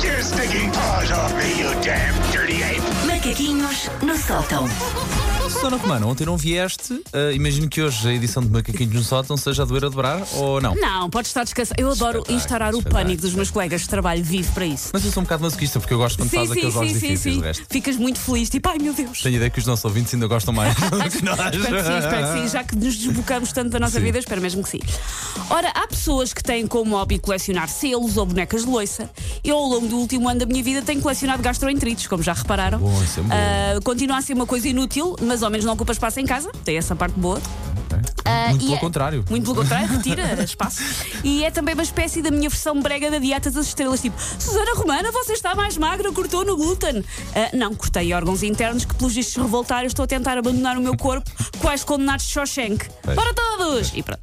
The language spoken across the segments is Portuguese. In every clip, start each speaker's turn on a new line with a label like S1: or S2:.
S1: Taking paws off me, you damn dirty ape!
S2: Macaquinhos no sótão.
S3: Sona Romano, ontem não vieste. ah, imagino que hoje a edição de Macaquinhos no Sótão seja a doer a dobrar ou não.
S4: Não, pode estar descansado. Eu adoro
S3: Espetáculo,
S4: instaurar o
S3: espetáculo.
S4: pânico dos meus colegas de trabalho, vivo para isso.
S3: Mas eu sou um bocado masoquista porque eu gosto quando faz aqueles jogos difíceis de resto.
S4: Ficas muito feliz, tipo, ai meu Deus.
S3: Tenho a ideia que os nossos ouvintes ainda gostam mais do que nós.
S4: Espero que sim, espero que sim, já que nos desbocamos tanto da nossa
S3: Sim.
S4: vida, espero mesmo que sim. Ora, há pessoas que têm como hobby colecionar selos ou bonecas de loiça. Eu, ao longo do último ano da minha vida, tenho colecionado gastroenterites, como já repararam.
S3: Bom, isso é bom.
S4: Ah, continua a ser uma coisa inútil, mas ao menos não ocupa espaço em casa. Tem essa parte boa. Ah,
S3: Muito
S4: e
S3: pelo
S4: é-
S3: contrário.
S4: Muito pelo contrário, retira espaço. E é também uma espécie da minha versão brega da dieta das estrelas, tipo, Susana Romana, você está mais magra, cortou no glúten. Ah, não, cortei órgãos internos que, pelos vistos revoltaram, estou a tentar abandonar o meu corpo, quais condenados de Shawshank.
S3: Pois.
S4: Para todos! E pronto.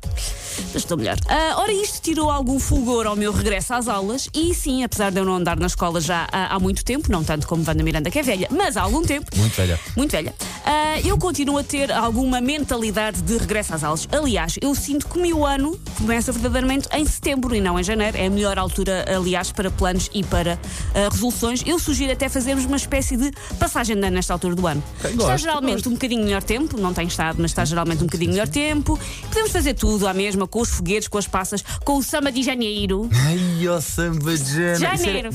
S4: Mas Estou melhor. Ah, ora, isto tirou algum fulgor ao meu regresso às aulas, e sim, apesar de eu não andar na escola já há, há muito tempo, não tanto como Wanda Miranda, que é velha, mas há algum tempo.
S3: Muito velha.
S4: Muito velha. Ah, eu continuo a ter alguma mentalidade de regresso às aulas. Aliás, eu sinto que o meu ano começa verdadeiramente em setembro e não em janeiro. É a melhor altura, aliás, para planos e para ah, resoluções. Eu sugiro até fazermos uma espécie de passagem de ano nesta altura do ano. está
S3: gosto,
S4: geralmente um bocadinho melhor tempo, não tem estado, mas está geralmente um bocadinho melhor tempo. Podemos fazer tudo à mesma, com os foguetes, com as passas, com o samba de janeiro.
S3: Ai, ó samba é de
S4: Janeiro.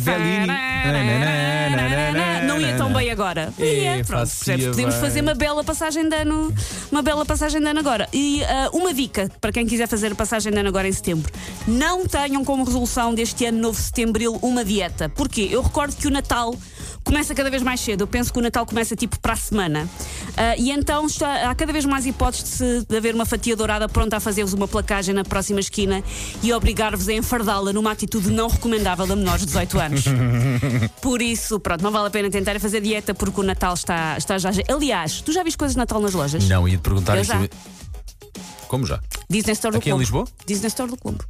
S4: Não ia tão bem agora.
S3: É,
S4: Ia, pronto.
S3: fazia
S4: percebes? Podemos
S3: bem.
S4: fazer uma bela passagem de ano. Uma bela passagem de ano agora. E ah, uma dica para quem quiser fazer a passagem de ano agora em setembro: não tenham como resolução deste ano novo setembril uma dieta. Porquê? Eu recordo que o Natal começa cada vez mais cedo. Eu penso que o Natal começa tipo para a semana. Ah, e então está- há cada vez mais hipóteses de, se- de haver uma fatia dourada pronta a fazer-vos uma placagem na próxima esquina e obrigar-vos a enfardá-la numa atitude não recomendável a menores de 18 anos. Por isso, pronto, não vale a pena tentar fazer dieta porque o Natal está, está já. Aliás, tu já viste coisas de Natal nas lojas?
S3: Não, ia te perguntar
S4: Eu
S3: isto.
S4: já.
S3: Como já?
S4: Disney Store do
S3: Aqui em
S4: Colombo.
S3: Lisboa?
S4: Disney Store do Colombo.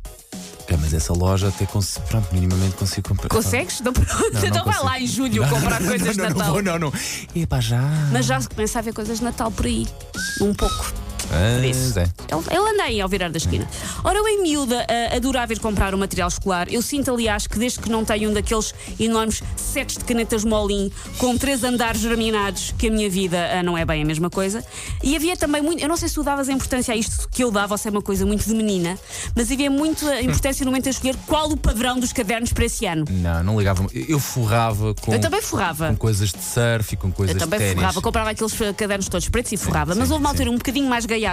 S3: É, mas essa loja até consigo. Pronto, minimamente consigo comprar.
S4: Consegues? Então, pronto.
S3: tá. Não, não
S4: então vai
S3: consigo.
S4: lá em julho comprar coisas
S3: não,
S4: de
S3: não,
S4: Natal.
S3: Não, vou, não, não. Epá, já.
S4: Mas já se começa a ver coisas de Natal por aí. Um pouco.
S3: Mas é.
S4: Ele, ele anda Então, aí ao virar da esquina. Ora, eu em miúda ah, adorava ir comprar o material escolar. Eu sinto, aliás, que desde que não tenho um daqueles enormes sets de canetas molin com três andares germinados, que a minha vida ah, não é bem a mesma coisa. E havia também muito. Eu não sei se tu davas a importância a isto que eu dava, ou se é uma coisa muito de menina, mas havia muito a importância no momento de escolher qual o padrão dos cadernos para esse ano.
S3: Não, não ligava. Eu forrava com.
S4: Eu também forrava.
S3: Com coisas de surf e com coisas
S4: Eu também
S3: de ténis.
S4: forrava, comprava aqueles eh, cadernos todos pretos e forrava. mas
S3: sim,
S4: houve uma
S3: sim.
S4: altura um bocadinho mais gaiata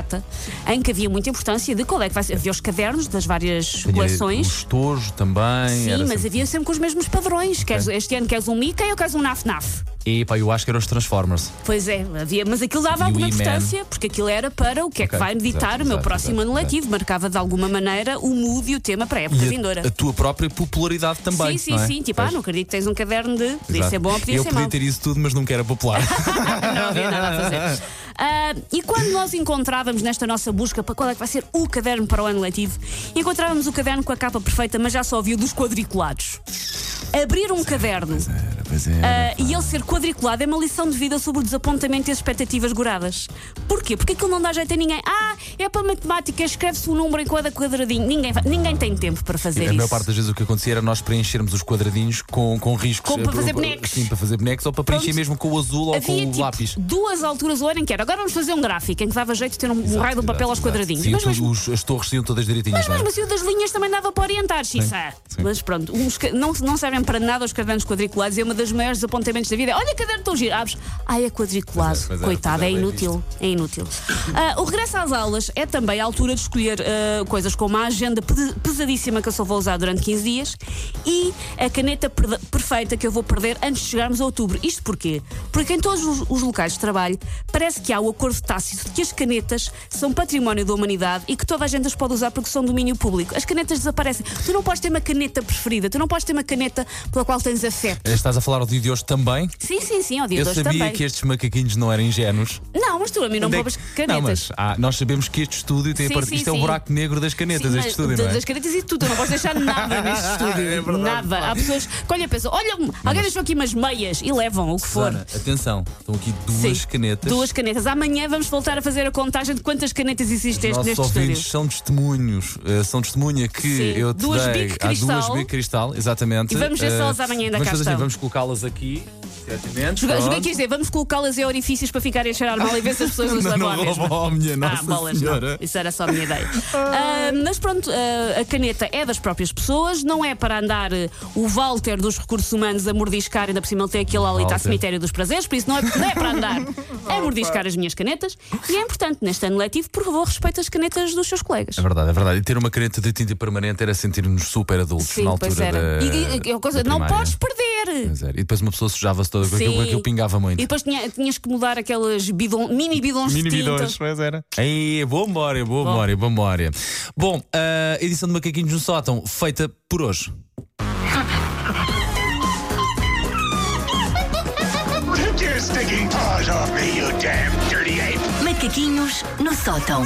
S4: em que havia muita importância de qual é que vai ser. Havia os cadernos das várias
S3: Tinha O
S4: coleções.
S3: um estojo também.
S4: Sim,
S3: era
S4: mas
S3: sempre- assim.
S4: havia sempre com os mesmos padrões. Queres, este ano queres um Mickey ou queres um Naf Naf?
S3: Epá, eu acho que eram os Transformers.
S4: Pois é, havia, mas aquilo
S3: E
S4: dava alguma
S3: o E-Man.
S4: importância, porque aquilo era para o que é que
S3: Ok,
S4: vai ditar
S3: exato,
S4: o meu
S3: exato,
S4: próximo
S3: exato,
S4: ano
S3: exato.
S4: letivo. Marcava de alguma maneira o mood e o tema para a época
S3: E
S4: vindoura.
S3: a, a tua própria popularidade também.
S4: sim, sim,
S3: não é?
S4: sim. Tipo, ah,
S3: Pois,
S4: não acredito que tens um caderno de. Podia
S3: exato.
S4: ser bom, podia
S3: Eu
S4: ser
S3: podia
S4: mau.
S3: ter isso tudo, mas nunca era popular.
S4: não havia nada a fazer. Ah, e quando nós encontrávamos nesta nossa busca para qual é que vai ser o caderno para o ano letivo, encontrávamos o caderno com a capa perfeita, mas já só havia dos quadriculados. Abrir um caderno
S3: Era, pois é. era.
S4: ah, e ele ser quadriculado é uma lição de vida sobre o desapontamento e as expectativas goradas. Porquê? Porque aquilo não dá jeito a ninguém. Ah, é para matemática, escreve-se um número em cada quadradinho. Ninguém, fa- ninguém tem tempo para fazer
S3: A
S4: isso.
S3: maior parte das vezes o que acontecia era nós preenchermos os quadradinhos com, com riscos.
S4: Como para
S3: Eh,
S4: fazer
S3: pro-
S4: bonecos.
S3: Sim, para fazer bonecos ou para preencher
S4: Pronto.
S3: mesmo com o azul ou com
S4: Havia
S3: o
S4: tipo,
S3: lápis.
S4: duas alturas do ano em que era. Agora vamos fazer um gráfico em que dava jeito de ter um, um raio de um papel aos
S3: Exato,
S4: quadradinhos.
S3: Sim,
S4: Mas
S3: todos
S4: mesmo
S3: os- as torres saiam todas direitinhas,
S4: Mas
S3: não é?
S4: mesmo assim, o das linhas também dava para orientar, Xissa.
S3: sim.
S4: Mas pronto, os ca- não, não servem para nada os cadernos quadriculados e é uma das maiores apontamentos da vida. é, Olha, caderno tão giro. Abres. Ai, é quadriculado.
S3: Pois é, pois é,
S4: Coitado,
S3: pois é,
S4: é,
S3: bem
S4: inútil. É inútil. Ah, o regresso às aulas é também a altura de escolher ah, coisas como a agenda pede- pesadíssima que eu só vou usar durante 15 dias e a caneta perde- perfeita que eu vou perder antes de chegarmos a outubro. Isto porquê? Porque em todos os- os locais de trabalho parece que há o acordo tácito de que as canetas são património da humanidade e que toda a gente as pode usar porque são domínio público. As canetas desaparecem. Tu não podes ter uma caneta preferida, tu não podes ter uma caneta pela qual tens afeto.
S3: Estás a falar ao dia de hoje também?
S4: Sim, sim, sim, ao dia
S3: Eu
S4: de hoje
S3: sabia
S4: também.
S3: que estes macaquinhos não eram ingênuos.
S4: Não, mas tu a mim não
S3: Onde é
S4: me
S3: que-
S4: roubas
S3: Não,
S4: canetas.
S3: mas ah, nós sabemos que este estúdio tem
S4: Sim,
S3: a part...
S4: sim,
S3: Isto é
S4: sim.
S3: o buraco negro das canetas, este
S4: Sim, mas
S3: estúdio, não
S4: das-
S3: é?
S4: Das canetas e tudo, eu não posso deixar nada neste estúdio.
S3: É verdade,
S4: nada.
S3: pá.
S4: Há pessoas que olham e pensam: olha, alguém deixou aqui umas meias e levam o que for.
S3: Susana, atenção, estão aqui duas
S4: Sim,
S3: canetas.
S4: Duas canetas. Amanhã vamos voltar a fazer a contagem de quantas canetas existem
S3: Nossos
S4: neste
S3: ouvintes
S4: estúdio.
S3: são testemunhos, eh, são testemunha que
S4: Sim,
S3: eu te
S4: duas
S3: dei
S4: Bic
S3: há duas
S4: Cristal.
S3: bico cristal, exatamente.
S4: E vamos ver se
S3: Eh,
S4: elas amanhã ainda
S3: vamos
S4: cá
S3: fazer assim,
S4: estão.
S3: Vamos colocá-las aqui, certamente.
S4: Joguei, joguei
S3: pronto.
S4: quis dizer, vamos colocá-las em orifícios para ficarem a cheirar mal e ver se as pessoas nos
S3: Não,
S4: levam à
S3: não
S4: mesma.
S3: rouba a minha,
S4: Ah,
S3: nossa
S4: bolas,
S3: senhora.
S4: não. Isso era só a minha ideia. Ah, mas pronto, ah, a caneta é das próprias pessoas, não é para andar eh, o Walter dos recursos humanos a mordiscar, ainda por cima ele tem aquele ali, está
S3: Walter.
S4: cemitério dos prazeres, por isso não é, não é para andar a mordiscar as minhas canetas. E é importante, neste ano letivo, por favor, respeite as canetas dos seus colegas.
S3: É verdade, é verdade. E ter uma caneta de tinta permanente era sentir-nos super adultos na altura
S4: pois era.
S3: da.
S4: E- e- e- coisa-
S3: da
S4: não
S3: primária. É,
S4: podes perder!
S3: Pois era. E depois uma pessoa sujava-se toda com aquilo,
S4: Sim.
S3: com aquilo pingava
S4: E
S3: muito.
S4: depois tinha- tinhas que mudar aqueles bidon- mini bidons de tinta.
S3: pois era. Aí, boa memória, boa memória, boa memória. Bom, a edição de Macaquinhos no Sótão, feita por hoje.
S1: Take your stinking paws off me, you damn dirty ape!
S2: Macaquinhos no sótão.